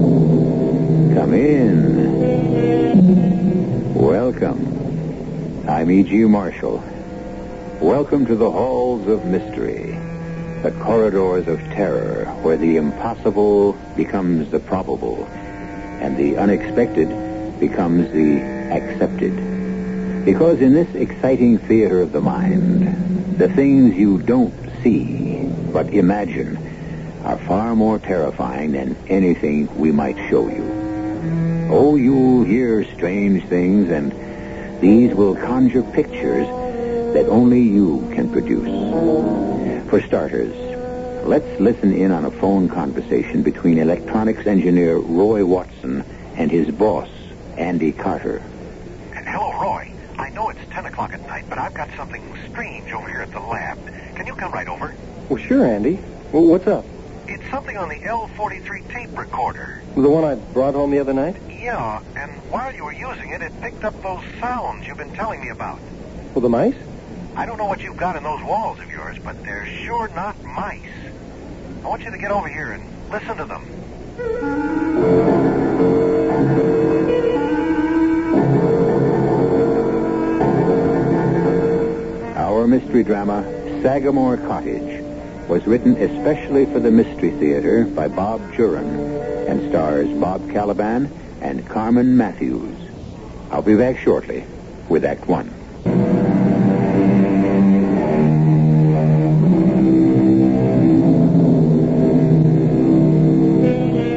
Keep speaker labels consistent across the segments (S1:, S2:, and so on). S1: Come in. Welcome. I'm E.G. Marshall. Welcome to the halls of mystery, the corridors of terror where the impossible becomes the probable and the unexpected becomes the accepted. Because in this exciting theater of the mind, the things you don't see but imagine are far more terrifying than anything we might show you. Oh, you'll hear strange things, and these will conjure pictures that only you can produce. For starters, let's listen in on a phone conversation between electronics engineer Roy Watson and his boss, Andy Carter.
S2: Hello, Roy. I know it's 10 o'clock at night, but I've got something strange over here at the lab. Can you come right over?
S3: Well, sure, Andy. Well, what's up?
S2: It's something on the L43 tape recorder.
S3: The one I brought home the other night?
S2: Yeah, and while you were using it, it picked up those sounds you've been telling me about.
S3: Well, the mice?
S2: I don't know what you've got in those walls of yours, but they're sure not mice. I want you to get over here and listen to them.
S1: Our mystery drama, Sagamore Cottage, was written especially for the Mystery Theater by Bob Juran and stars Bob Caliban and Carmen Matthews. I'll be back shortly with Act One.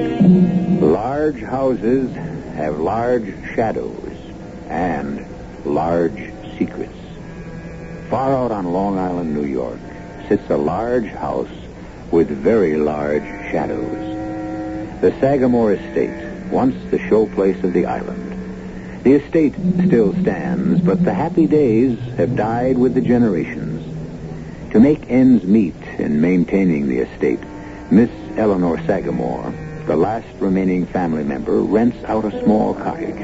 S1: Large houses have large shadows and large secrets. Far out on Long Island, New York, sits a large house with very large shadows. The Sagamore Estate, once the showplace of the island. The estate still stands, but the happy days have died with the generations. To make ends meet in maintaining the estate, Miss Eleanor Sagamore, the last remaining family member, rents out a small cottage,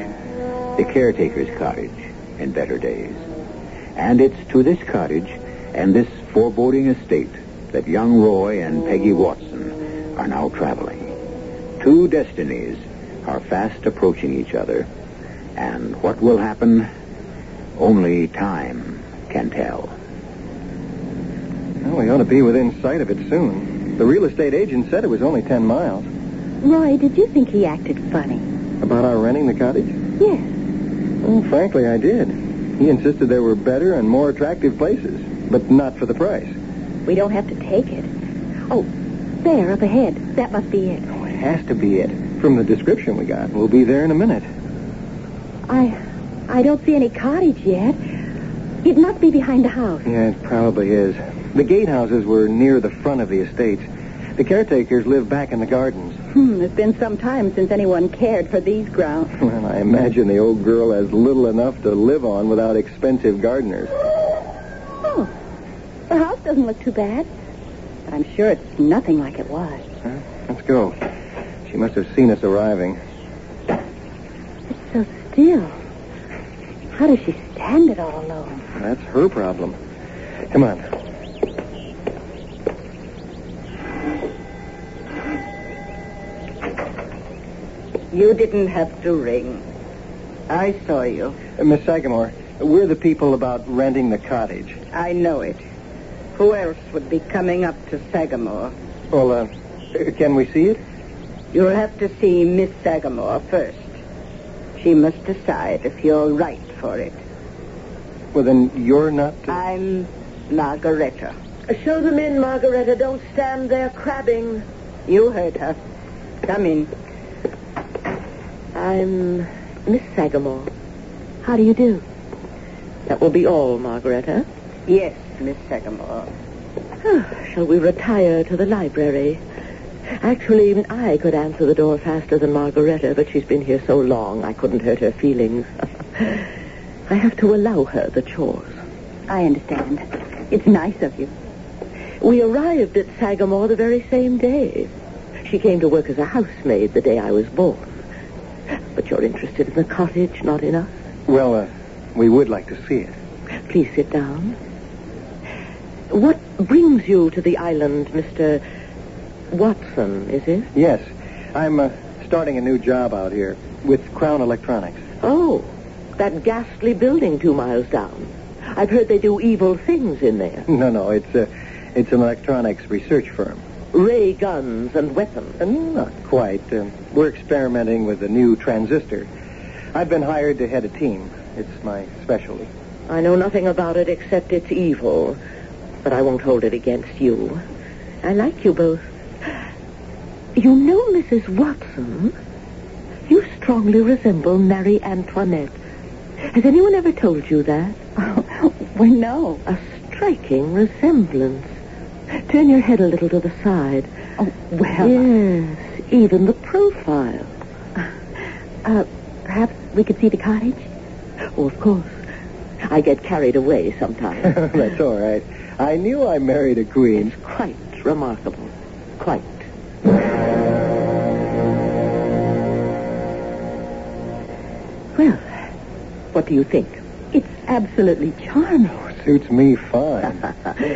S1: the caretaker's cottage, in better days. And it's to this cottage and this foreboding estate that young Roy and Peggy Watson are now traveling. Two destinies are fast approaching each other, and what will happen, only time can tell.
S3: Well, we ought to be within sight of it soon. The real estate agent said it was only 10 miles.
S4: Roy, did you think he acted funny?
S3: About our renting the cottage?
S4: Yes.
S3: Well, frankly, I did. He insisted there were better and more attractive places, but not for the price.
S4: We don't have to take it. Oh, there, up ahead. That must be it.
S3: Oh, it has to be it. From the description we got, we'll be there in a minute.
S4: I I don't see any cottage yet. It must be behind the house.
S3: Yeah, it probably is. The gatehouses were near the front of the estates. The caretakers live back in the gardens.
S4: Hmm, it's been some time since anyone cared for these grounds.
S3: Well, I imagine the old girl has little enough to live on without expensive gardeners.
S4: Oh, the house doesn't look too bad. But I'm sure it's nothing like it was.
S3: Huh? Let's go. She must have seen us arriving.
S4: It's so still. How does she stand it all alone?
S3: That's her problem. Come on. Uh,
S5: You didn't have to ring. I saw you.
S3: Uh, Miss Sagamore, we're the people about renting the cottage.
S5: I know it. Who else would be coming up to Sagamore?
S3: Well, uh, can we see it?
S5: You'll have to see Miss Sagamore first. She must decide if you're right for it.
S3: Well, then you're not. To...
S5: I'm Margareta.
S6: Show them in, Margareta. Don't stand there crabbing.
S5: You heard her. Come in.
S6: I'm Miss Sagamore. How do you do? That will be all, Margareta.
S5: Yes, Miss Sagamore.
S6: Shall we retire to the library?
S4: Actually, even I could answer the door faster than Margareta, but she's been here so long I couldn't hurt her feelings. I have to allow her the chores.
S7: I understand. It's nice of you.
S4: We arrived at Sagamore the very same day. She came to work as a housemaid the day I was born. But you're interested in the cottage, not in us.
S1: Well, uh, we would like to see it.
S4: Please sit down. What brings you to the island, Mr. Watson, is it?
S1: Yes, I'm uh, starting a new job out here with Crown Electronics.
S4: Oh, that ghastly building two miles down. I've heard they do evil things in there.
S1: No, no, it's uh, it's an electronics research firm.
S4: Ray guns and weapons.
S1: Uh, Not quite. Um, we're experimenting with a new transistor. I've been hired to head a team. It's my specialty.
S4: I know nothing about it except it's evil, but I won't hold it against you. I like you both. You know, Mrs. Watson, you strongly resemble Marie Antoinette. Has anyone ever told you that?
S7: Oh, well, no.
S4: A striking resemblance. Turn your head a little to the side.
S7: Oh, well.
S4: Yes, even the profile.
S7: Uh, perhaps we could see the cottage?
S4: Oh, of course. I get carried away sometimes.
S1: That's all right. I knew I married a queen.
S4: It's quite remarkable. Quite. Well, what do you think?
S7: It's absolutely charming.
S1: Suits me fine.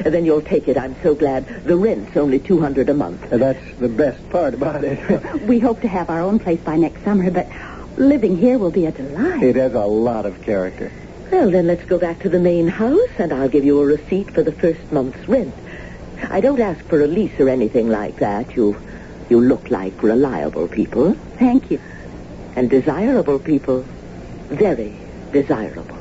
S4: then you'll take it. I'm so glad. The rent's only two hundred a month.
S1: That's the best part about it.
S7: We hope to have our own place by next summer, but living here will be a delight.
S1: it has a lot of character.
S4: Well, then let's go back to the main house, and I'll give you a receipt for the first month's rent. I don't ask for a lease or anything like that. You, you look like reliable people
S7: Thank you.
S4: and desirable people, very desirable.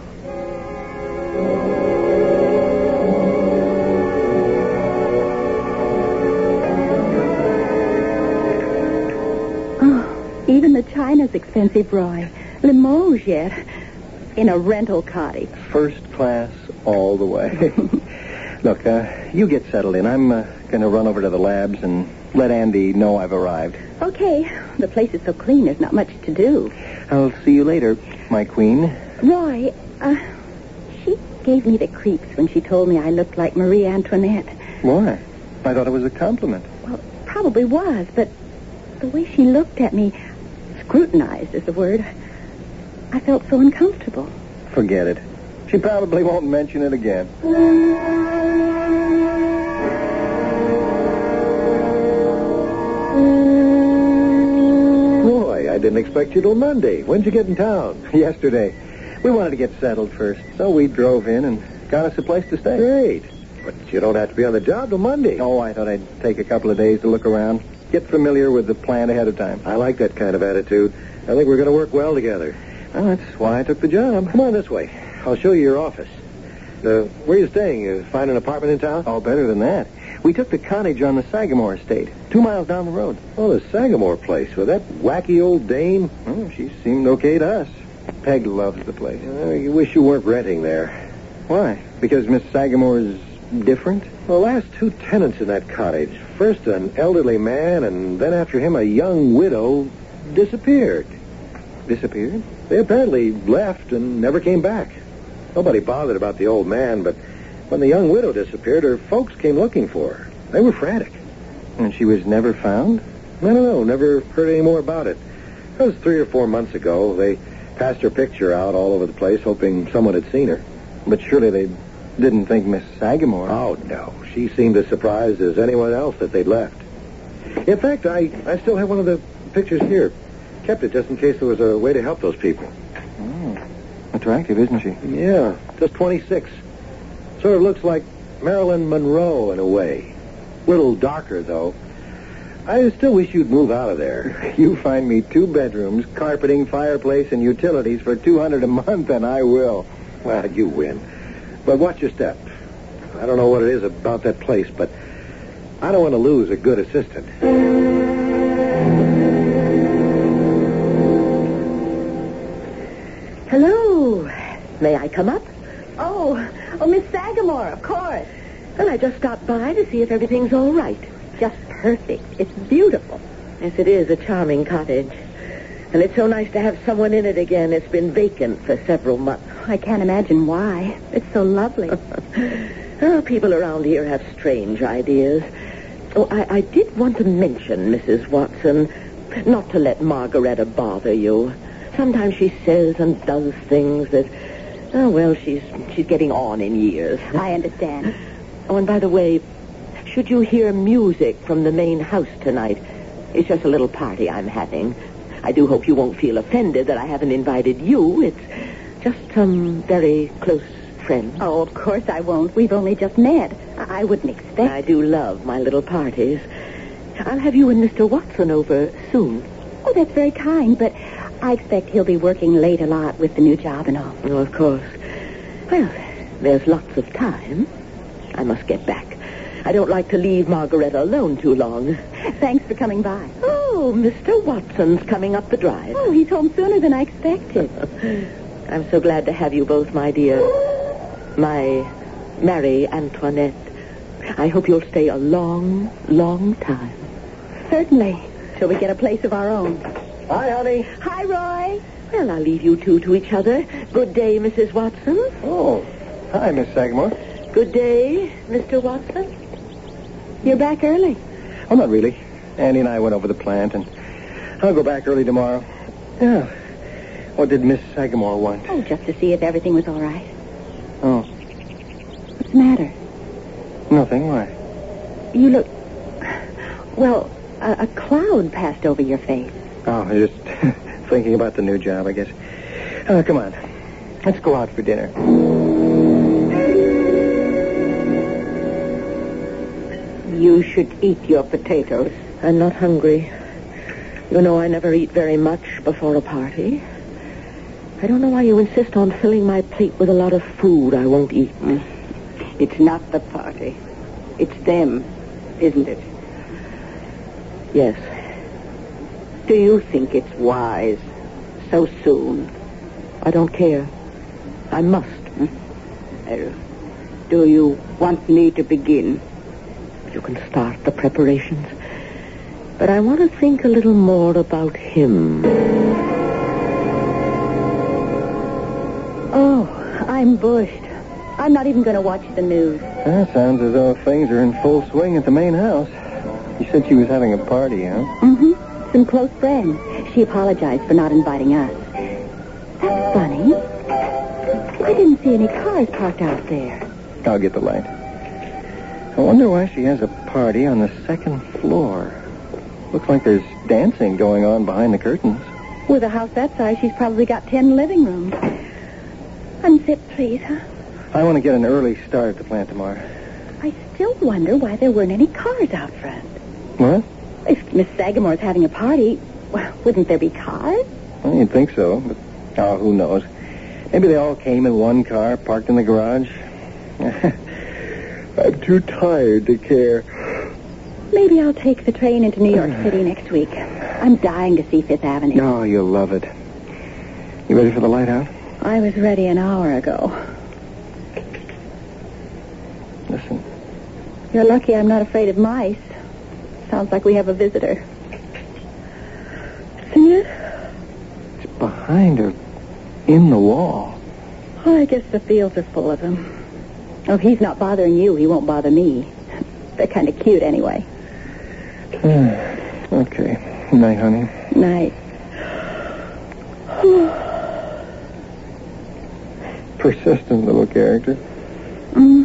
S7: Oh, even the china's expensive, Roy. Limoges yet. In a rental cottage.
S1: First class all the way. Look, uh, you get settled in. I'm uh, going to run over to the labs and let Andy know I've arrived.
S7: Okay, the place is so clean, there's not much to do.
S1: I'll see you later, my queen.
S7: Roy, uh, she gave me the creeps when she told me I looked like Marie Antoinette.
S1: Why? I thought it was a compliment.
S7: Well, probably was, but the way she looked at me, scrutinized is the word, I felt so uncomfortable.
S1: Forget it. She probably won't mention it again.
S8: Roy, I didn't expect you till Monday. When'd you get in town?
S1: Yesterday, we wanted to get settled first, so we drove in and got us a place to stay.
S8: Great. But you don't have to be on the job till Monday.
S1: Oh, I thought I'd take a couple of days to look around, get familiar with the plant ahead of time.
S8: I like that kind of attitude. I think we're going to work well together.
S1: Well, that's why I took the job.
S8: Come on this way. I'll show you your office. Uh, where are you staying? You find an apartment in town?
S1: Oh, better than that. We took the cottage on the Sagamore estate, two miles down the road.
S8: Oh, the Sagamore place with that wacky old dame.
S1: Well, Hmm, she seemed okay to us. Peg loves the place.
S8: Uh, you wish you weren't renting there.
S1: Why? Because Miss Sagamore's different?
S8: The last two tenants in that cottage, first an elderly man, and then after him a young widow, disappeared.
S1: Disappeared?
S8: They apparently left and never came back. Nobody bothered about the old man, but when the young widow disappeared, her folks came looking for her. They were frantic.
S1: And she was never found?
S8: I don't know, never heard any more about it. That was three or four months ago. They passed her picture out all over the place, hoping someone had seen her.
S1: But surely they didn't think Miss Sagamore.
S8: Oh, no. She seemed as surprised as anyone else that they'd left. In fact, I, I still have one of the pictures here. Kept it just in case there was a way to help those people.
S1: Hmm. Attractive, isn't she?
S8: Yeah, just 26. Sort of looks like Marilyn Monroe in a way. Little darker, though. I still wish you'd move out of there.
S1: You find me two bedrooms, carpeting, fireplace, and utilities for 200 a month, and I will.
S8: Well, you win. But watch your step. I don't know what it is about that place, but I don't want to lose a good assistant.
S4: Hello. May I come up?
S7: Oh, oh, Miss Sagamore, of course.
S4: Well, I just stopped by to see if everything's all right.
S7: Just
S4: perfect. It's beautiful. Yes, it is a charming cottage. And it's so nice to have someone in it again. It's been vacant for several months.
S7: Oh, I can't imagine why. It's so lovely.
S4: Oh, people around here have strange ideas. Oh, I, I did want to mention, Mrs. Watson, not to let Margaretta bother you. Sometimes she says and does things that, oh, well, she's, she's getting on in years.
S7: I understand.
S4: Oh, and by the way, should you hear music from the main house tonight? It's just a little party I'm having. I do hope you won't feel offended that I haven't invited you. It's just some very close friends.
S7: Oh, of course I won't. We've only just met. I, I wouldn't expect.
S4: I do love my little parties. I'll have you and Mr. Watson over soon.
S7: Oh, that's very kind, but I expect he'll be working late a lot with the new job and all.
S4: Oh, of course. Well, there's lots of time. I must get back. I don't like to leave Margaretta alone too long.
S7: Thanks for coming by.
S4: Oh, Mr. Watson's coming up the drive.
S7: Oh, he's home sooner than I expected.
S4: I'm so glad to have you both, my dear. My Marie Antoinette. I hope you'll stay a long, long time.
S7: Certainly, till we get a place of our own.
S1: Hi, honey.
S7: Hi, Roy.
S4: Well, I'll leave you two to each other. Good day, Mrs. Watson.
S1: Oh, hi, Miss Sagamore.
S4: Good day, Mr. Watson.
S7: You're back early.
S1: Oh, not really. Andy and I went over the plant, and I'll go back early tomorrow. Yeah. What did Miss Sagamore want?
S7: Oh, just to see if everything was all right.
S1: Oh,
S7: What's the matter?
S1: nothing. Why?
S7: You look. Well, a, a cloud passed over your face.
S1: Oh, I'm just thinking about the new job, I guess. Uh, come on. Let's go out for dinner.
S5: You should eat your potatoes.
S4: I'm not hungry. You know, I never eat very much before a party. I don't know why you insist on filling my plate with a lot of food I won't eat.
S5: Mm. It's not the party. It's them, isn't it?
S4: Yes.
S5: Do you think it's wise so soon? Mm.
S4: I don't care. I must.
S5: Well, do you want me to begin?
S4: You can start the preparations. But I want to think a little more about him.
S7: Oh, I'm bushed. I'm not even going to watch the news.
S1: That sounds as though things are in full swing at the main house. You said she was having a party, huh?
S7: Mm-hmm. Some close friends. She apologized for not inviting us. That's funny. I didn't see any cars parked out there.
S1: I'll get the light. I wonder why she has a party on the second floor. Looks like there's dancing going on behind the curtains.
S7: With a house that size, she's probably got ten living rooms. Unzip, please, huh?
S1: I want to get an early start at the plant tomorrow.
S7: I still wonder why there weren't any cars out front.
S1: What?
S7: If Miss Sagamore's having a party, well, wouldn't there be cars?
S1: Well, you'd think so, but oh, who knows? Maybe they all came in one car parked in the garage. I'm too tired to care.
S7: Maybe I'll take the train into New York City next week. I'm dying to see Fifth Avenue.
S1: Oh, you'll love it. You ready for the light out?
S7: I was ready an hour ago.
S1: Listen.
S7: You're lucky I'm not afraid of mice. Sounds like we have a visitor. See it?
S1: It's behind her, in the wall.
S7: Oh, I guess the fields are full of them. Oh, if he's not bothering you, he won't bother me. They're kind of cute anyway.
S1: okay. Night, honey.
S7: Night.
S1: Persistent little character.
S7: Mm.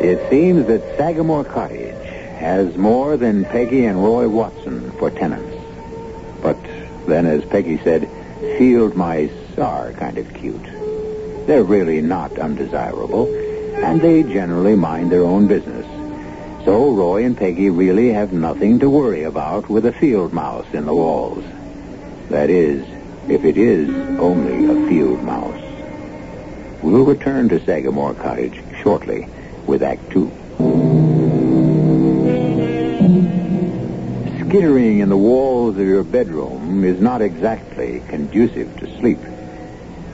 S9: It seems that Sagamore Cottage has more than Peggy and Roy Watson for tenants. But then, as Peggy said, field mice are kind of cute. They're really not undesirable, and they generally mind their own business. So Roy and Peggy really have nothing to worry about with a field mouse in the walls. That is, if it is only a field mouse. We'll return to Sagamore Cottage shortly with Act Two. Skittering in the walls of your bedroom is not exactly conducive to sleep.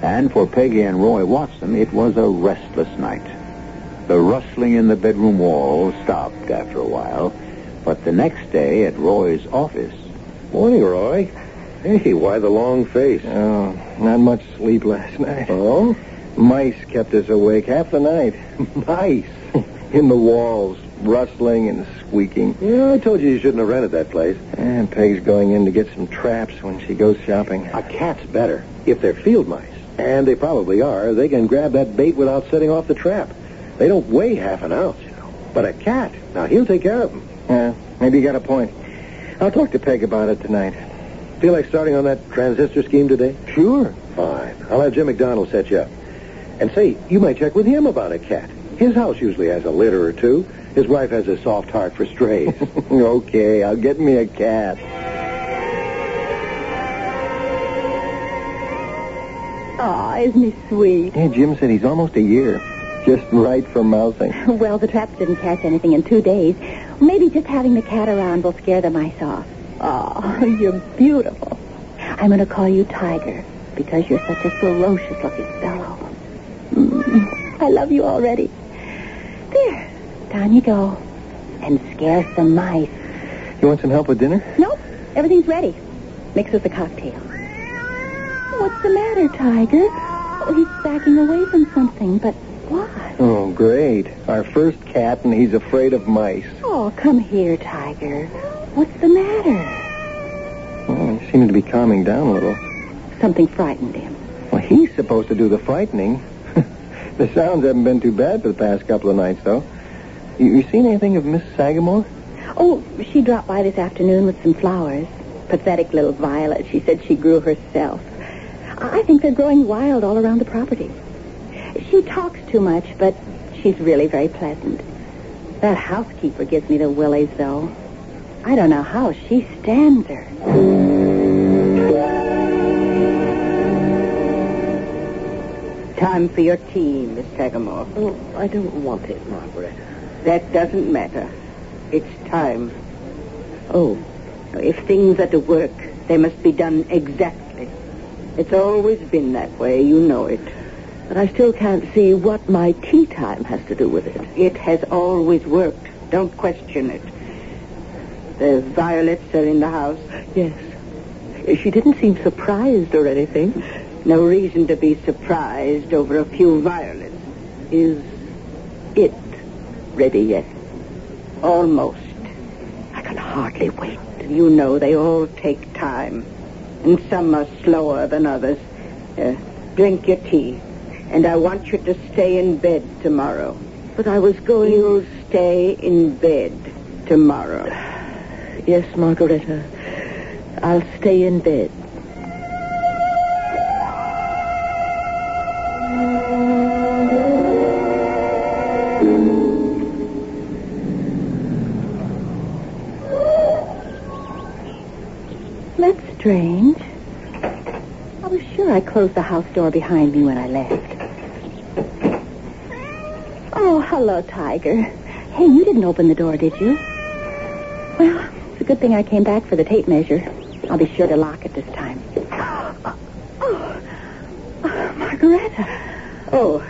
S10: And for Peggy and Roy Watson, it was a restless night. The rustling in the bedroom wall stopped after a while, but the next day at Roy's office,
S11: Morning, Roy. Hey, why the long face?
S1: Oh, not much sleep last night.
S11: Oh?
S1: Mice kept us awake half the night. Mice in the walls, rustling and squeaking.
S11: Yeah, I told you you shouldn't have rented that place.
S1: And Peg's going in to get some traps when she goes shopping.
S11: A cat's better if they're field mice, and they probably are. They can grab that bait without setting off the trap. They don't weigh half an ounce, you know. But a cat, now he'll take care of them.
S1: Yeah, maybe you got a point. I'll talk to Peg about it tonight.
S11: Feel like starting on that transistor scheme today?
S1: Sure.
S11: Fine. I'll have Jim McDonald set you up. And say, you might check with him about a cat. His house usually has a litter or two. His wife has a soft heart for strays.
S1: okay, I'll get me a cat.
S4: Aw, isn't he sweet?
S1: Yeah, Jim said he's almost a year. Just right for mousing.
S4: Well, the traps didn't catch anything in two days. Maybe just having the cat around will scare the mice off. Oh, you're beautiful. I'm going to call you Tiger because you're such a ferocious-looking fellow. Mm, I love you already. There, down you go. And scare some mice.
S1: You want some help with dinner?
S4: Nope, everything's ready. Mixes the cocktail. What's the matter, Tiger? Oh, he's backing away from something, but why?
S1: Oh, great. Our first cat, and he's afraid of mice.
S4: Oh, come here, Tiger. What's the matter?
S11: Hmm,
S1: Well, he seemed to be calming down a little.
S4: Something frightened him.
S1: Well, he's supposed to do the frightening. the sounds haven't been too bad for the past couple of nights, though. You, you seen anything of Miss Sagamore?
S4: Oh, she dropped by this afternoon with some flowers. Pathetic little violet she said she grew herself. I I think they're growing wild all around the property. She talks too much, but she's really very pleasant. That housekeeper gives me the willies, though. I don't know how she stands her.
S12: Time for your tea, Miss Sagamore.
S13: Oh, I don't want it, Margaret.
S12: That doesn't matter. It's time.
S13: Oh,
S12: If things are to work, they must be done exactly. It's always been that way, you know it.
S13: but I still can't see what my tea time has to do with it.
S12: It has always worked. Don't question it. The violets are in the house.
S13: Yes. She didn't seem surprised or anything.
S12: No reason to be surprised over a few violets. Is it ready yet? Almost.
S13: I can hardly wait.
S12: You know they all take time, and some are slower than others. Uh, drink your tea, and I want you to stay in bed tomorrow.
S13: But I was going.
S12: You'll stay in bed tomorrow.
S13: Yes, Margareta. I'll stay in bed.
S4: That's strange. I was sure I closed the house door behind me when I left. Oh, hello, Tiger. Hey, you didn't open the door, did you? Well, it's a good thing I came back for the tape measure. I'll be sure to lock it this time. Oh, oh Margareta.
S12: Oh,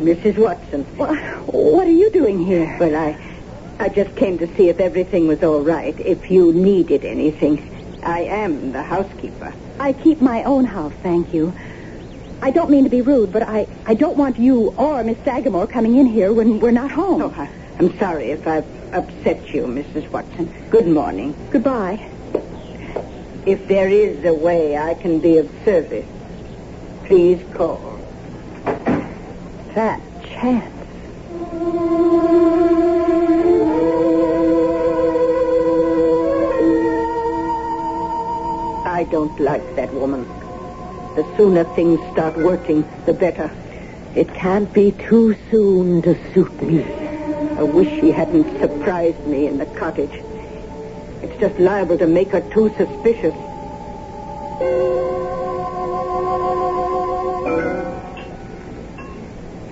S12: Mrs. Watson.
S4: Wha- What are you doing here?
S12: Well, I, I just came to see if everything was all right. If you needed anything, I am the housekeeper.
S4: I keep my own house, thank you. I don't mean to be rude, but I, I don't want you or Miss Sagamore coming in here when we're not home.
S12: Oh, I, I'm sorry if I've upset you, Mrs. Watson. Good morning.
S4: Goodbye.
S12: If there is a way I can be of service, please call.
S4: That chance.
S12: I don't like that woman. The sooner things start working, the better.
S13: It can't be too soon to suit me.
S12: I wish she hadn't surprised me in the cottage. It's just liable to make her too suspicious.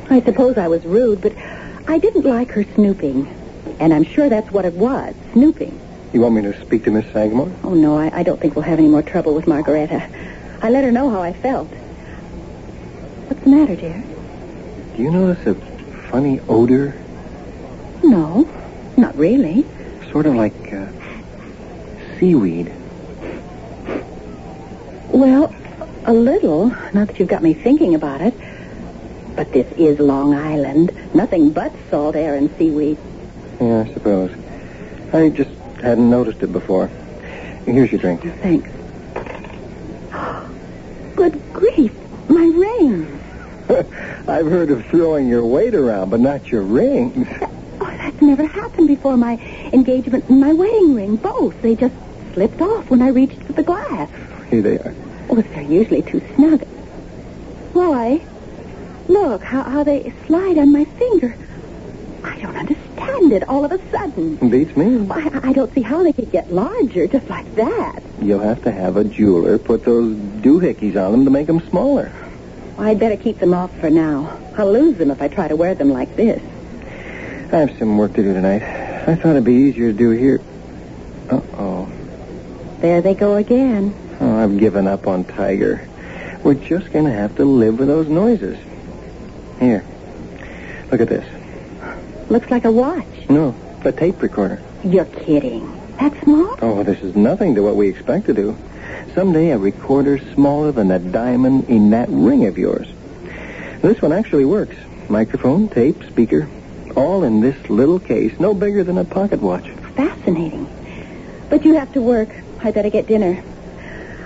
S4: I suppose I was rude, but I didn't like her snooping. And I'm sure that's what it was, snooping.
S1: You want me to speak to Miss Sagamore?
S4: Oh, no, I, I don't think we'll have any more trouble with Margareta. I let her know how I felt. the matter, dear?
S1: Do you notice a funny odor?
S4: No, not really.
S1: Sort of like uh, seaweed.
S4: Well, a little, now that you've got me thinking about it. But this is Long Island. Nothing but salt air and seaweed.
S1: Yeah, I suppose. I just hadn't noticed it before. Here's your drink.
S4: Thanks. Good grief, my ring.
S1: I've heard of throwing your weight around, but not your rings.
S4: Oh, that's never happened before. My engagement and my wedding ring, both. They just slipped off when I reached for the glass.
S1: Here they are.
S4: Oh, they're usually too snug. Why? Look how, how they slide on my finger. I don't understand it all of a sudden.
S1: Beats me.
S4: I, I- I don't see how they could get larger just like that.
S1: You'll have to have a jeweler put those doohickeys on them to make them smaller.
S4: I'd better keep them off for now. I'll lose them if I try to wear them like this.
S1: I have some work to do tonight. I thought it'd be easier to do here. Uh-oh.
S4: There they go again.
S1: Oh, I've given up on Tiger. We're just going to have to live with those noises. Here. Look at this.
S4: Looks like a watch.
S1: No, a tape recorder.
S4: You're kidding. That small?
S1: Oh, this is nothing to what we expect to do. Someday a recorder smaller than a diamond in that ring of yours. This one actually works. Microphone, tape, speaker, all in this little case, no bigger than a pocket watch.
S4: Fascinating. But you have to work. I better get dinner.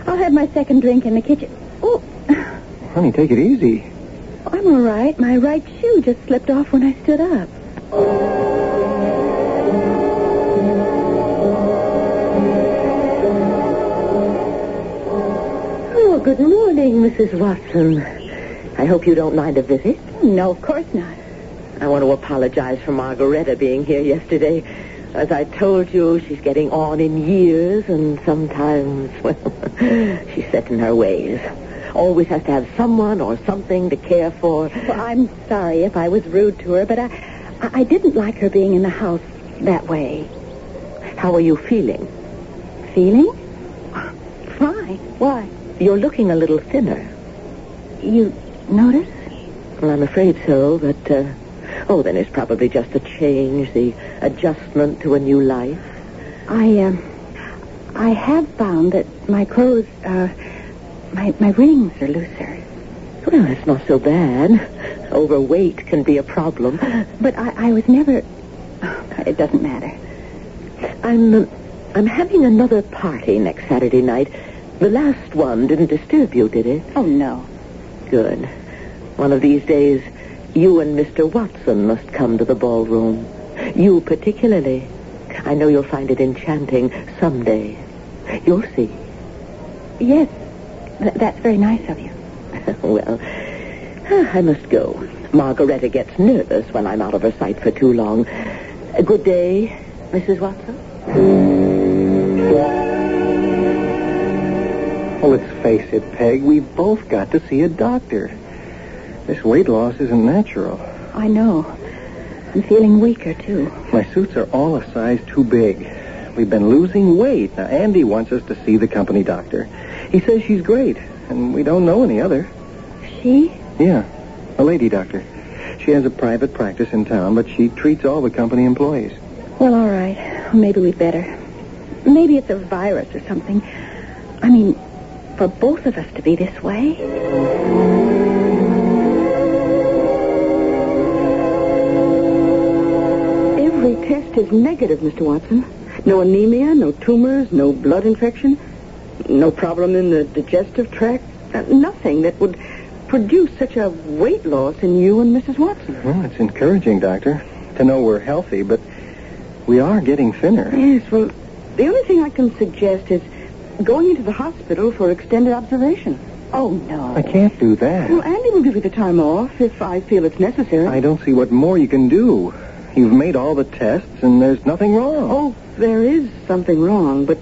S4: I'll have my second drink in the kitchen. Oh,
S1: Honey, take it easy.
S4: I'm all right. My right shoe just slipped off when I stood up.
S14: Oh, good morning, Mrs. Watson. I hope you don't mind a visit.
S4: No, of course not.
S14: I want to apologize for Margareta being here yesterday. As I told you, she's getting on in years, and sometimes, well, she's set in her ways. Always has to have someone or something to care for.
S4: Well, I'm sorry if I was rude to her, but I, I I didn't like her being in the house that way.
S14: How are you feeling?
S4: Feeling? Fine. Why?
S14: You're looking a little thinner.
S4: You notice?
S14: Well, I'm afraid so, but, uh, oh, then it's probably just the change, the adjustment to a new life.
S4: I, um, I have found that my clothes, uh, my, my rings are looser.
S14: Well, it's not so bad. Overweight can be a problem.
S4: But I, I was never. It doesn't matter.
S14: I'm, uh, I'm having another party next Saturday night. The last one didn't disturb you, did it?
S4: Oh, no.
S14: Good. One of these days, you and Mr. Watson must come to the ballroom. You particularly. I know you'll find it enchanting someday. You'll see.
S4: Yes, th- that's very nice of you.
S14: well, ah, I must go. Margareta gets nervous when I'm out of her sight for too long. Uh, Good day, Mrs. Watson.
S1: Well, Oh, let's face it, Peg, we've both got to see a doctor. This weight loss isn't natural.
S4: I know. I'm feeling weaker, too.
S1: My suits are all a size too big. We've been losing weight. Now, Andy wants us to see the company doctor. He says she's great, and we don't know any other.
S4: She?
S1: Yeah, a lady doctor. She has a private practice in town, but she treats all the company employees.
S4: Well, all right. Maybe we'd better. Maybe it's a virus or something. I mean, for both of us to be this way.
S15: Every test is negative, Mr. Watson. No anemia, no tumors, no blood infection, no problem in the digestive tract. Uh, nothing that would produce such a weight loss in you and Mrs. Watson.
S1: Well, it's encouraging, Doctor, to know we're healthy, but we are getting thinner.
S15: Yes, well, the only thing I can suggest is going into the hospital for extended observation.
S4: Oh, no.
S1: I can't do
S15: Well,
S1: that.
S15: Andy will give you the time off if I feel it's necessary.
S1: I don't see what more you can do. You've made all the tests, and there's nothing wrong.
S15: Oh, there is something wrong, but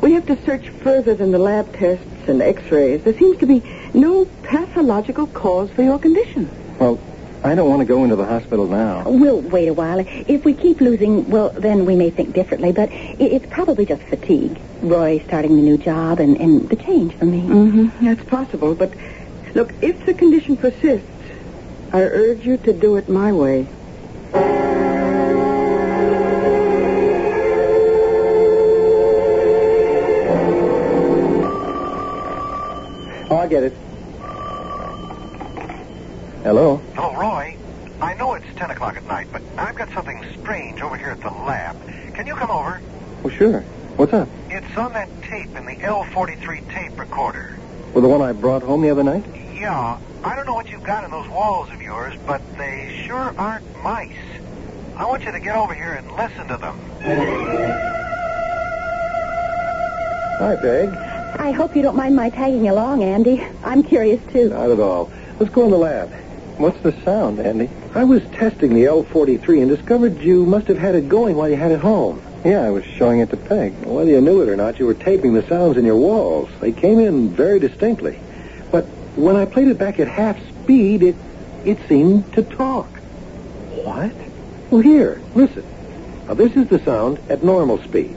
S15: we have to search further than the lab tests and x-rays. There seems to be no pathological cause for your condition.
S1: Well, I don't want to go into the hospital now.
S4: We'll wait a while. If we keep losing, well, then we may think differently, but i- it's probably just fatigue. Roy starting the new job and, and the change for me.
S15: Mm-hmm. That's possible, but look, if the condition persists,
S5: I urge you to do it my way.
S1: Oh, I get it. Hello?
S2: Hello, Roy. I know it's 10 o'clock at night, but I've got something strange over here at the lab. Can you come over?
S1: Well, sure. What's up?
S2: It's on that tape in the L43 tape recorder.
S1: Well, the one I brought home the other night?
S2: Yeah, I don't know what you've got in those walls of yours, but they sure aren't mice. I want you to get over here and listen to them.
S1: Hi, Peg.
S7: I hope you don't mind my tagging along, Andy. I'm curious, too.
S1: Not at all. Let's go in the lab. What's the sound, Andy?
S8: I was testing the L43 and discovered you must have had it going while you had it home.
S1: Yeah, I was showing it to Peg.
S8: Whether you knew it or not, you were taping the sounds in your walls. They came in very distinctly. But when I played it back at half speed, it it seemed to talk. What? Well, here, listen. Now, this is the sound at normal speed.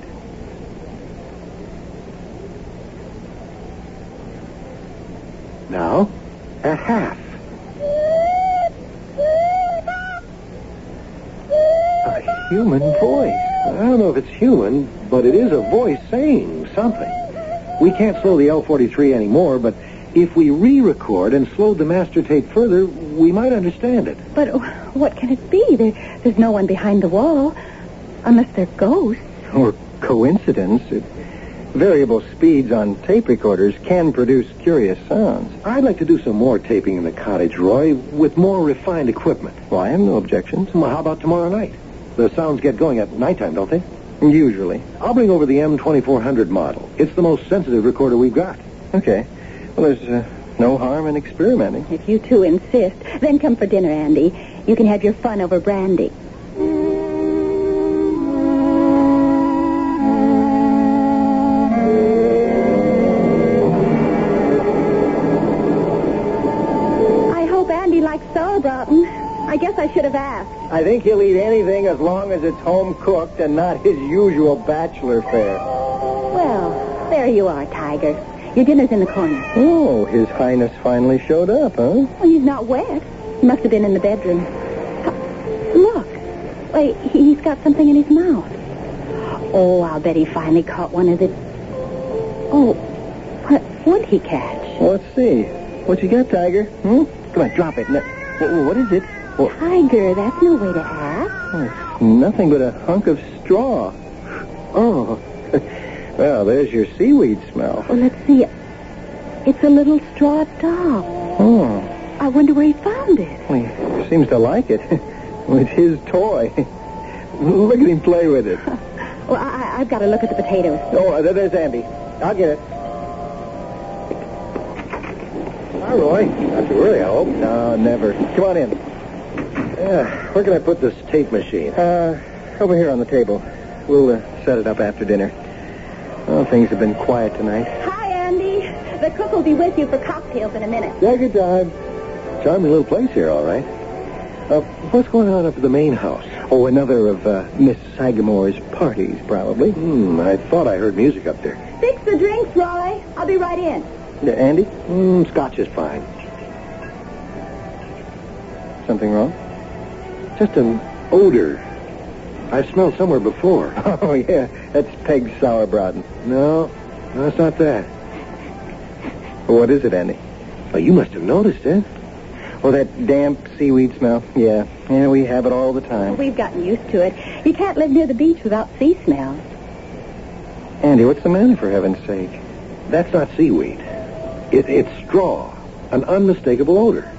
S8: Now, at half.
S1: A human voice.
S8: I don't know if it's human, but it is a voice saying something. We can't slow the L43 anymore, but if we re-record and slowed the master tape further, we might understand it.
S7: But what can it be? There, there's no one behind the wall, unless they're ghosts.
S1: Or coincidence. It, variable speeds on tape recorders can produce curious sounds.
S8: I'd like to do some more taping in the cottage, Roy, with more refined equipment.
S1: Well, I have no objections.
S8: Well, how about tomorrow night? The sounds get going at nighttime, don't they?
S1: Usually.
S8: I'll bring over the M2400 model. It's the most sensitive recorder we've got.
S1: Okay. Well, there's uh, no harm in experimenting.
S7: If you two insist, then come for dinner, Andy. You can have your fun over brandy. I hope Andy likes sauerbraten. I guess I should have asked.
S1: I think he'll eat anything as long as it's home cooked and not his usual bachelor fare.
S7: Well, there you are, Tiger. Your dinner's in the corner.
S1: Oh, His Highness finally showed up, huh?
S7: Well, he's not wet. He must have been in the bedroom. Look. Wait, he- he's got something in his mouth. Oh, I'll bet he finally caught one of the... Oh, what would he catch?
S1: Well, let's see. What you got, Tiger? Hmm? Come on, drop it. No- Wha- wha- what is it? Wha-
S7: Tiger, that's no way to act.
S1: oh, nothing but a hunk of straw. Oh. well, there's your seaweed smell.
S7: Well, let's see. It's a little straw doll.
S1: Oh,
S7: I wonder where he found it.
S1: well, he seems to like it. Well, it's his toy. Look at him play with it.
S7: Well, I, I- I've got to look at the potatoes.
S1: Oh, there- there's Andy. I'll get it.
S8: Hi, Roy. Not too early, I hope.
S1: No, never. Come on in.
S8: Yeah. Where can I put this tape machine?
S1: Uh, over here on the table. We'll uh, set it up after dinner. Oh, things have been quiet tonight.
S7: Hi, Andy. The cook will be with you for cocktails in a minute.
S8: Jagged time. Charming little place here, all right. Uh, what's going on up at the main house?
S1: Oh, another of uh, Miss Sagamore's parties, probably.
S8: Hmm, I thought I heard music up there.
S7: Fix the drinks, Roy. I'll be right in.
S1: Uh, Andy,
S8: Hmm, scotch is fine.
S1: something wrong?
S8: Just an odor. I've smelled somewhere before.
S1: Oh, yeah, that's Peg Sauerbraten.
S8: No, no, it's not that.
S1: What is it, Andy?
S8: Oh, you must have noticed it.
S1: Oh, that damp seaweed smell. Yeah, yeah, we have it all the time.
S7: We've gotten used to it. You can't live near the beach without sea smells.
S1: Andy, what's the matter, for heaven's sake?
S8: That's not seaweed. It, it's straw, an unmistakable odor.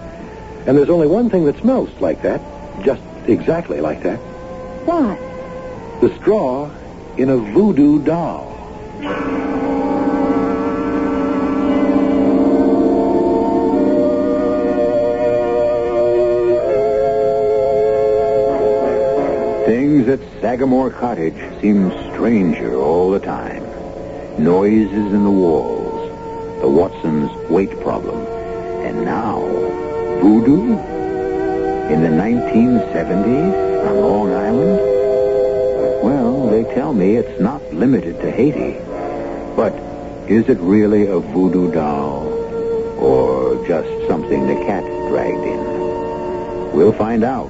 S8: And there's only one thing that smells like that, just exactly like that.
S7: What?
S8: The straw in a voodoo doll.
S9: Things at Sagamore Cottage seem stranger all the time. Noises in the walls, the Watson's weight problem, and now voodoo? In the 1970s on Long Island? Well, they tell me it's not limited to Haiti. But is it really a voodoo doll or just something the cat dragged in? We'll find out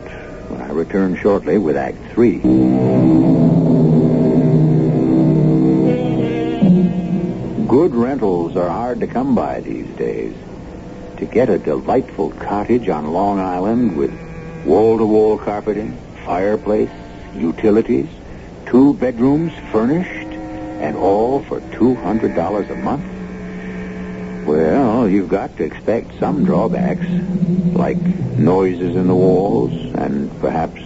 S9: when I return shortly with Act Three. Good rentals are hard to come by these days. To get a delightful cottage on Long Island with wall-to-wall carpeting, fireplace, utilities, two bedrooms furnished, and all for $200 a month? Well, you've got to expect some drawbacks, like noises in the walls and perhaps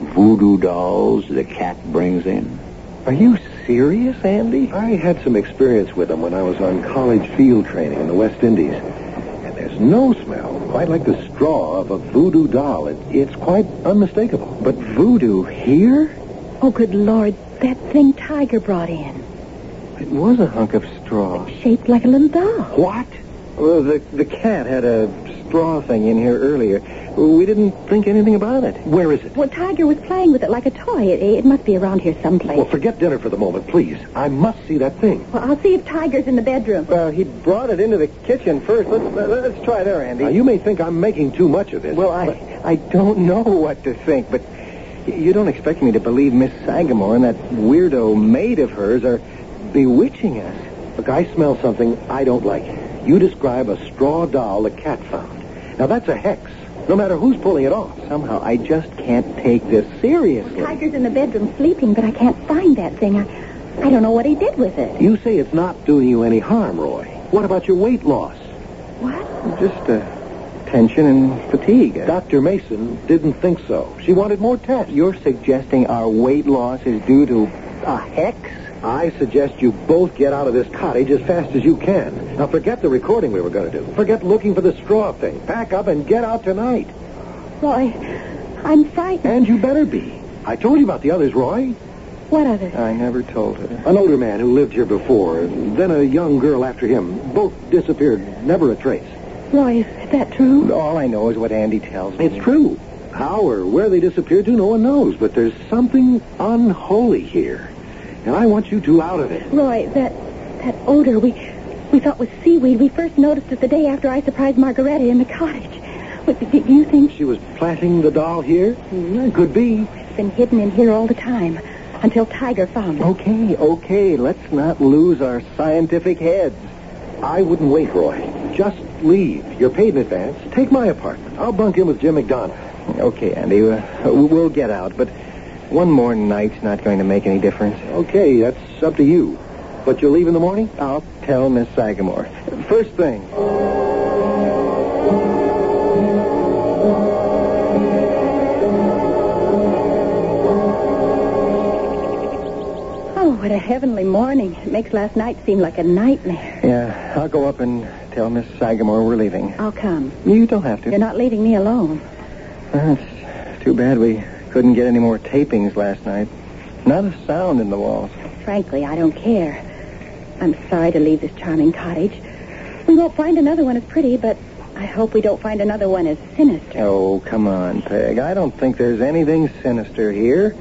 S9: voodoo dolls the cat brings in.
S1: Are you serious, Andy?
S8: I had some experience with them when I was on college field training in the West Indies. And there's no smell quite like the straw of a voodoo doll. It, it's quite unmistakable.
S1: But voodoo here?
S7: Oh, good Lord, that thing Tiger brought in,
S1: It was a hunk of straw.
S7: shaped like a little doll.
S1: What? Well, the, the cat had a straw thing in here earlier. We didn't think anything about it.
S8: Where is it?
S7: Well, Tiger was playing with it like a toy. It, it must be around here someplace.
S8: Well, forget dinner for the moment, please. I must see that thing.
S7: Well, I'll see if Tiger's in the bedroom.
S1: Well, Uh, he brought it into the kitchen first. Let's, let's try there, Andy.
S8: Now, you may think I'm making too much of this.
S1: Well, I, I don't know what to think, but you don't expect me to believe Miss Sagamore and that weirdo maid of hers are bewitching us.
S8: Look, I smell something I don't like. You describe a straw doll the cat found. Now, that's a hex, no matter who's pulling it off.
S1: Somehow, I just can't take this seriously.
S7: Tiger's in the bedroom sleeping, but I can't find that thing. I, I don't know what he did with it.
S8: You say it's not doing you any harm, Roy. What about your weight loss?
S7: What?
S1: Just uh, tension and fatigue.
S8: Dr. Mason didn't think so. She wanted more tests.
S1: You're suggesting our weight loss is due to a hex?
S8: I suggest you both get out of this cottage as fast as you can. Now, forget the recording we were going to do. Forget looking for the straw thing. Pack up and get out tonight.
S7: Roy, I'm frightened.
S8: And you better be. I told you about the others, Roy.
S7: What other?
S1: I never told her.
S8: An older man who lived here before, and then a young girl after him. Both disappeared, never a trace.
S7: Roy, is that true?
S1: All I know is what Andy tells me.
S8: It's true. How or where they disappeared to, no one knows, but there's something unholy here. And I want you two out of it.
S7: Roy, that that odor we we thought was seaweed. We first noticed it the day after I surprised Margaretta in the cottage. What, do do you think
S8: She was planting the doll here?
S7: Mm-hmm.
S8: Mm, It could be.
S7: she's been hidden in here all the time until Tiger found her?
S1: Okay, okay, let's not lose our scientific heads.
S8: I wouldn't wait, Roy. Just leave. You're paid in advance. Take my apartment. I'll bunk in with Jim McDonough.
S1: Okay, Andy, uh, we'll get out, but one more night's not going to make any difference.
S8: Okay, that's up to you. But you'll leave in the morning?
S1: I'll tell Miss Sagamore. First thing.
S7: Oh, what a heavenly morning. It makes last night seem like a nightmare.
S1: Yeah, I'll go up and tell Miss Sagamore we're leaving.
S7: I'll come.
S1: You don't have to.
S7: You're not leaving me alone.
S1: Well, it's too bad we couldn't get any more tapings last night. Not a sound in the walls.
S7: Frankly, I don't care. I'm sorry to leave this charming cottage. We won't find another one as pretty, but I hope we don't find another one as sinister.
S1: Oh, come on, Peg. I don't think there's anything sinister here.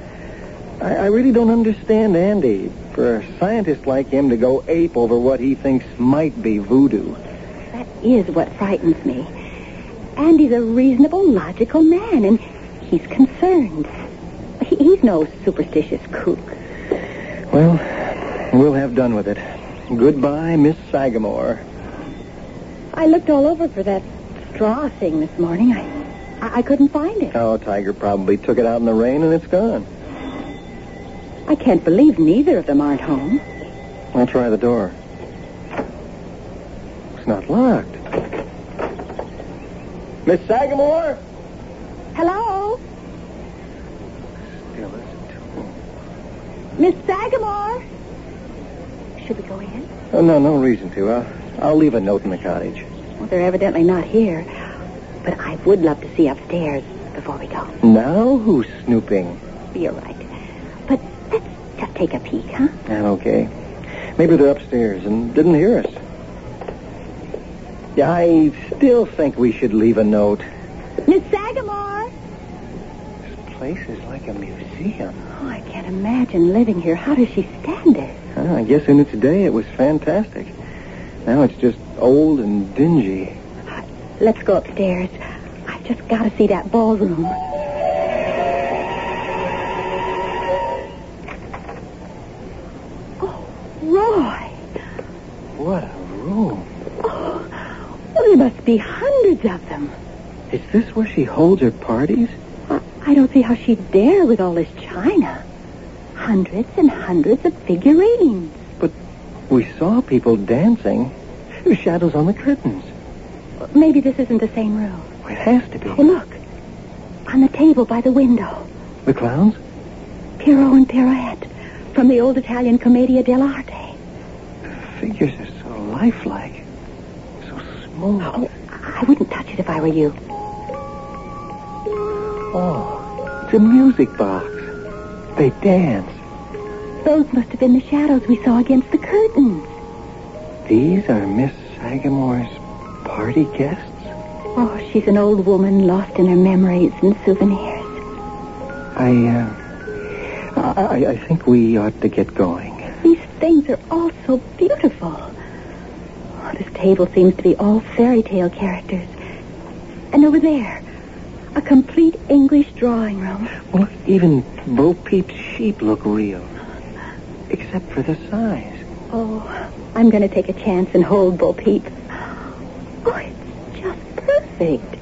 S1: I, I really don't understand Andy. For a scientist like him to go ape over what he thinks might be voodoo.
S7: That is what frightens me. Andy's a reasonable, logical man, and he's concerned. He, he's no superstitious kook.
S1: Well, we'll have done with it. Goodbye, Miss Sagamore.
S7: I looked all over for that straw thing this morning. I, I, I couldn't find it.
S1: Oh, Tiger probably took it out in the rain and it's gone.
S7: I can't believe neither of them aren't home.
S1: I'll try the door. It's not locked. Miss Sagamore?
S7: Hello?
S1: Still is
S7: Miss Sagamore? Should we go in?
S1: Oh, no, no reason to. I'll, I'll leave a note in the cottage.
S7: Well, they're evidently not here. But I would love to see upstairs before we go.
S1: Now who's snooping?
S7: You're right. But let's just take a peek, huh?
S1: Ah, okay. Maybe they're upstairs and didn't hear us. Yeah, I still think we should leave a note.
S7: Miss Sagamore!
S1: This place is like a museum.
S7: Oh, I can't imagine living here. How does she stand it?
S1: Well, I guess in its day it was fantastic. Now it's just old and dingy.
S7: Let's go upstairs. I've just got to see that ballroom. Oh, Roy.
S1: What a room.
S7: Oh, well, there must be hundreds of them.
S1: Is this where she holds her parties?
S7: I- I don't see how she'd dare with all this china. Hundreds and hundreds of figurines.
S1: We saw people dancing. There's shadows on the curtains.
S7: Maybe this isn't the same room.
S1: It has to be.
S7: Hey, look. On the table by the window.
S1: The clowns?
S7: Piero and Pirouette from the old Italian Commedia dell'arte.
S1: Figures are so lifelike. So smooth.
S7: Oh, I wouldn't touch it if I were you.
S1: Oh, it's a music box. They dance.
S7: Those must have been the shadows we saw against the curtains.
S1: These are Miss Sagamore's party guests?
S7: Oh, she's an old woman lost in her memories and souvenirs.
S1: I, uh, I, I- I think we ought to get going.
S7: These things are all so beautiful. Oh, this table seems to be all fairy tale characters. And over there, a complete English drawing room.
S1: Well, look, even Bo Peep's sheep look real. Except for the size.
S7: Oh, I'm going to take a chance and hold Bo Peep. Oh, it's just perfect.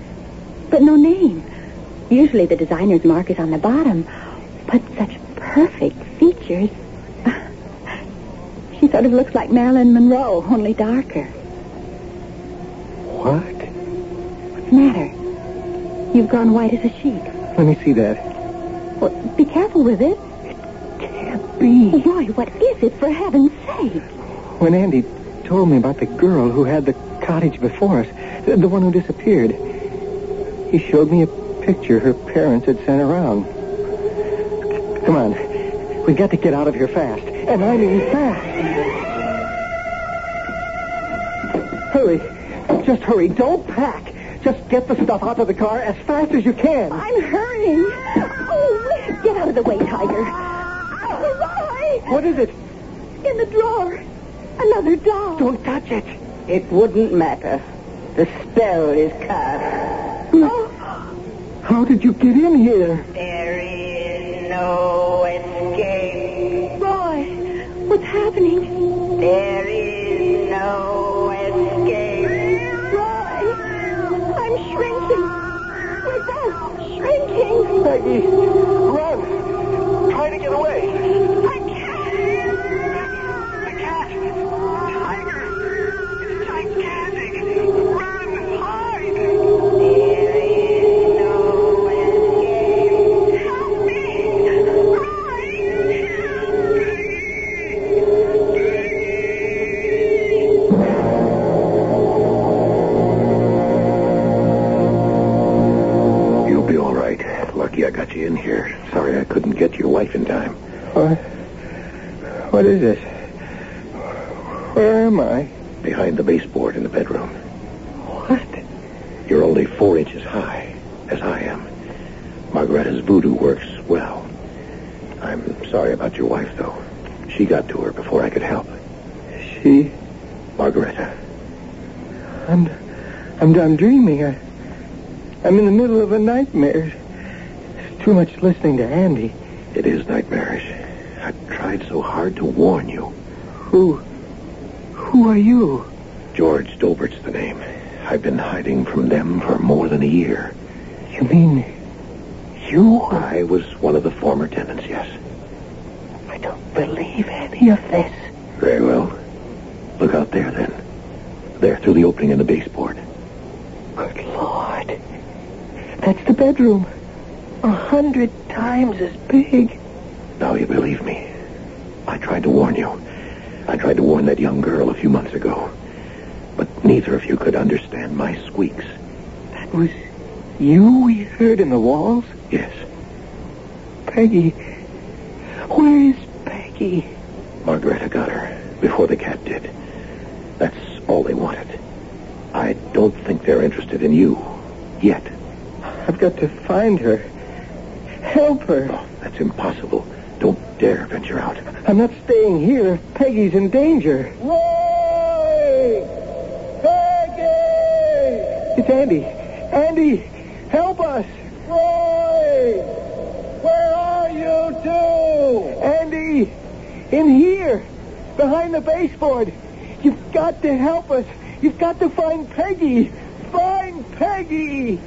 S7: But no name. Usually the designer's mark is on the bottom, but such perfect features. She sort of looks like Marilyn Monroe, only darker.
S1: What?
S7: What's the matter? You've gone white as a sheet.
S1: Let me see that.
S7: Well, be careful with it.
S1: Can't be.
S7: Roy, what is it, for heaven's sake?
S1: When Andy told me about the girl who had the cottage before us, the, the one who disappeared, he showed me a picture her parents had sent around. Come on. We've got to get out of here fast. And I mean fast. Hurry. Just hurry. Don't pack. Just get the stuff out of the car as fast as you can.
S7: I'm hurrying. Oh, get out of the way, Tiger. Oh, Roy!
S1: What is it?
S7: In the drawer. Another doll.
S1: Don't touch it.
S4: It wouldn't matter. The spell is cast.
S1: How did you get in here?
S4: There is no escape.
S7: Roy, what's happening?
S4: There is no escape.
S7: Roy, I'm shrinking. We're both shrinking.
S1: Peggy, run.
S2: Try to get away.
S7: I can't.
S2: The cat! Tiger! It's gigantic! Run! Hide!
S4: There is no escape.
S7: Help me. Roy.
S9: You'll be all right. Lucky I got you in here. Sorry I couldn't get your wife in time.
S1: What? What is this? Where am I?
S9: Behind the baseboard in the bedroom.
S1: What?
S9: You're only four inches high, as I am. Margaretta's voodoo works well. I'm sorry about your wife, though. She got to her before I could help.
S1: She?
S9: Margaretta,
S1: I'm, I'm, I'm dreaming. I, I'm in the middle of a nightmare. It's too much listening to Andy.
S9: it is nightmarish. I tried so hard to warn you.
S1: Who, who are you?
S9: George Dobert's the name. I've been hiding from them for more than a year.
S1: You mean
S9: You? I was one of the former tenants, yes.
S1: I don't believe any of this?
S9: Very well. Look out there, then. There, through the opening in the baseboard.
S1: Good Lord. That's the bedroom. A hundred times as big.
S9: Now you believe me. I tried to warn you. I tried to warn that young girl a few months ago. But neither of you could understand my squeaks.
S1: That was you we heard in the walls?
S9: Yes,
S1: Peggy. Where is Peggy?
S9: Margaretta got her before the cat did. That's all they wanted. I don't think they're interested in you. Yet.
S1: I've got to find her. Help her.
S9: Oh, that's impossible. Don't dare venture out.
S1: I'm not staying here if Peggy's in danger. Roy! Peggy! It's Andy. Andy! Help
S16: In here. Behind the baseboard. You've got to help us. You've got to find Peggy. Find Peggy.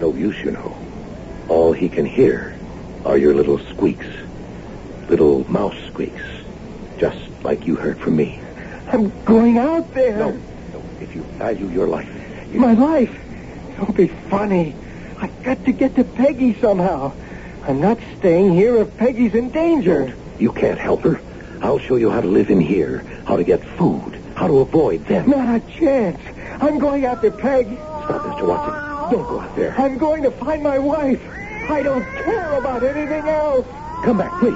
S1: No use, you know. All he can hear are your little squeaks. Little mouse squeaks. Just like you heard from me.
S16: I'm going out there.
S1: No, If you value your life,
S16: My life. It'll be funny. I got to get to Peggy somehow. I'm not staying here if Peggy's in danger.
S1: you can't help her. I'll show you how to live in here, how to get food, how to avoid them.
S16: Not a chance. I'm going after Peg.
S1: Stop, Mr. Watson. Don't go out there.
S16: I'm going to find my wife. I don't care about anything else.
S1: Come back, please.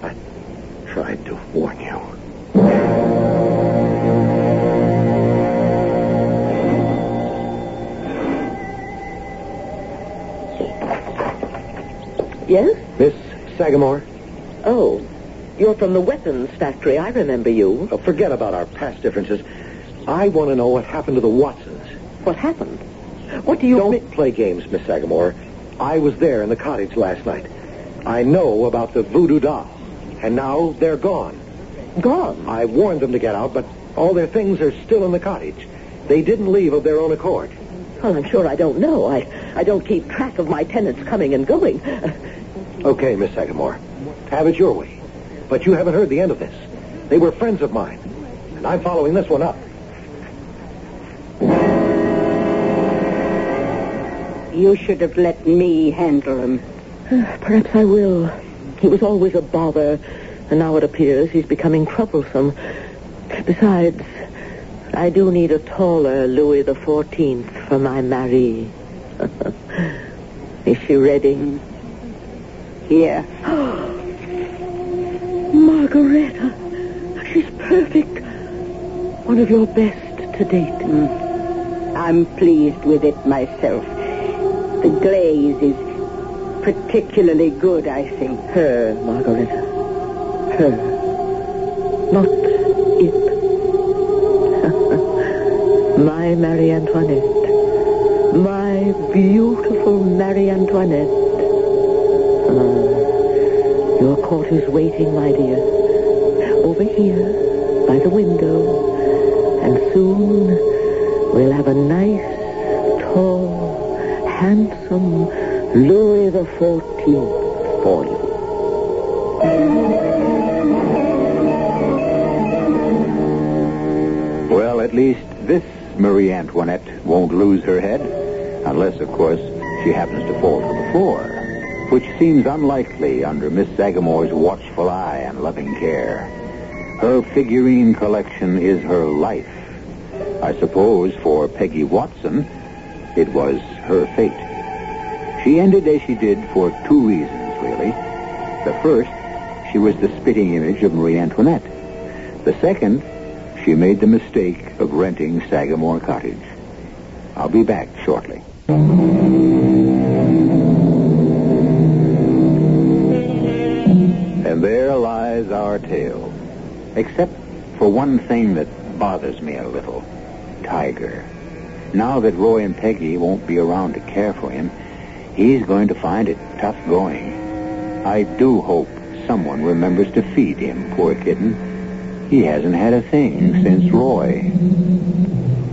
S16: Ah!
S1: Tried to warn you.
S4: Yes?
S1: Miss Sagamore,
S4: Oh, you're from the weapons factory. I remember you.
S1: uh, forget about our past differences. I want to know what happened to the Watsons.
S4: What happened? What do you
S1: Don't
S4: mean?
S1: play games, Miss Sagamore. I was there in the cottage last night. I know about the voodoo doll. And now they're gone. Gone? I warned them to get out, but all their things are still in the cottage. They didn't leave of their own accord.
S4: Well, I'm sure I don't know. I, I don't keep track of my tenants coming and going.
S1: Okay, Miss Sagamore. Have it your way. But you haven't heard the end of this. They were friends of mine. And I'm following this one up.
S7: You should have let me handle him.
S4: Uh, Perhaps I will. He was always a bother, and now it appears he's becoming troublesome. Besides, I do need a taller Louis the Fourteenth for my Marie. Is she ready?
S7: Here.
S4: Margareta, she's perfect. One of your best to date.
S7: Mm. I'm pleased with it myself. The glaze is particularly good, I think.
S4: Her, Margareta. Her. Not it. My Marie Antoinette. My beautiful Marie Antoinette. Ah, your court is waiting, my dear. Over here, by the window. And soon, we'll have a nice, tall, handsome Louis the Fourteenth for you.
S1: Well, at least this Marie Antoinette won't lose her head. Unless, of course, she happens to fall to the floor. Which seems unlikely under Miss Sagamore's watchful eye and loving care. Her figurine collection is her life. I suppose for Peggy Watson, it was her fate. She ended as she did for two reasons, really. The first, she was the spitting image of Marie Antoinette. The second, she made the mistake of renting Sagamore Cottage. I'll be back shortly. And there lies our tale. Except for one thing that bothers me a little Tiger. Now that Roy and Peggy won't be around to care for him, he's going to find it tough going. I do hope someone remembers to feed him, poor kitten. He hasn't had a thing since Roy.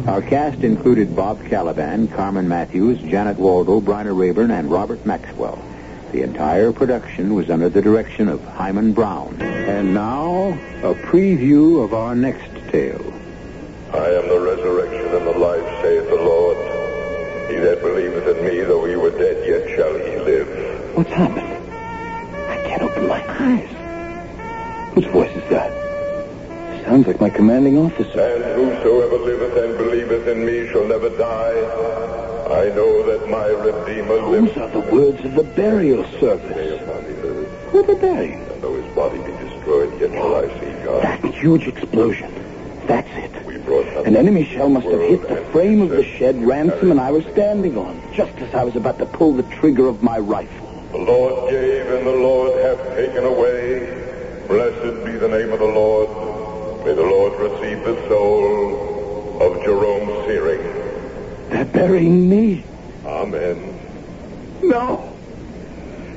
S1: Our cast included Bob Caliban, Carmen Matthews, Janet Waldo, Bryna Rayburn, and Robert Maxwell. The entire production was under the direction of Hyman Brown. And now, a preview of our next tale.
S17: I am the resurrection and the life, saith the Lord. He that believeth in me, though he were dead, yet shall he live.
S1: What's happened? I can't open my eyes. Whose voice is that?
S18: Sounds like my commanding officer.
S17: And whosoever liveth and believeth in me shall never die. I know that my Redeemer liveth.
S1: Those are the words of the burial service. Who are they burying?
S17: And though his body be destroyed, yet shall I see
S18: That
S17: God.
S18: huge explosion. That's it.
S17: We brought nothing
S18: An enemy shell must have hit
S17: world,
S18: the
S17: and
S18: frame of the
S17: Jesus
S18: shed ransom and I was
S17: carried
S18: standing on, just as I was about to pull the trigger of my rifle.
S17: The Lord gave and the Lord hath taken away. Blessed be the name of the Lord. May the Lord receive the soul of Jerome Searing.
S18: They're burying me.
S17: Amen.
S18: No.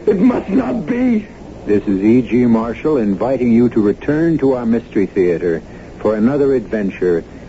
S19: It must not be.
S1: This is E.G. Marshall inviting you to return to our Mystery Theater for another adventure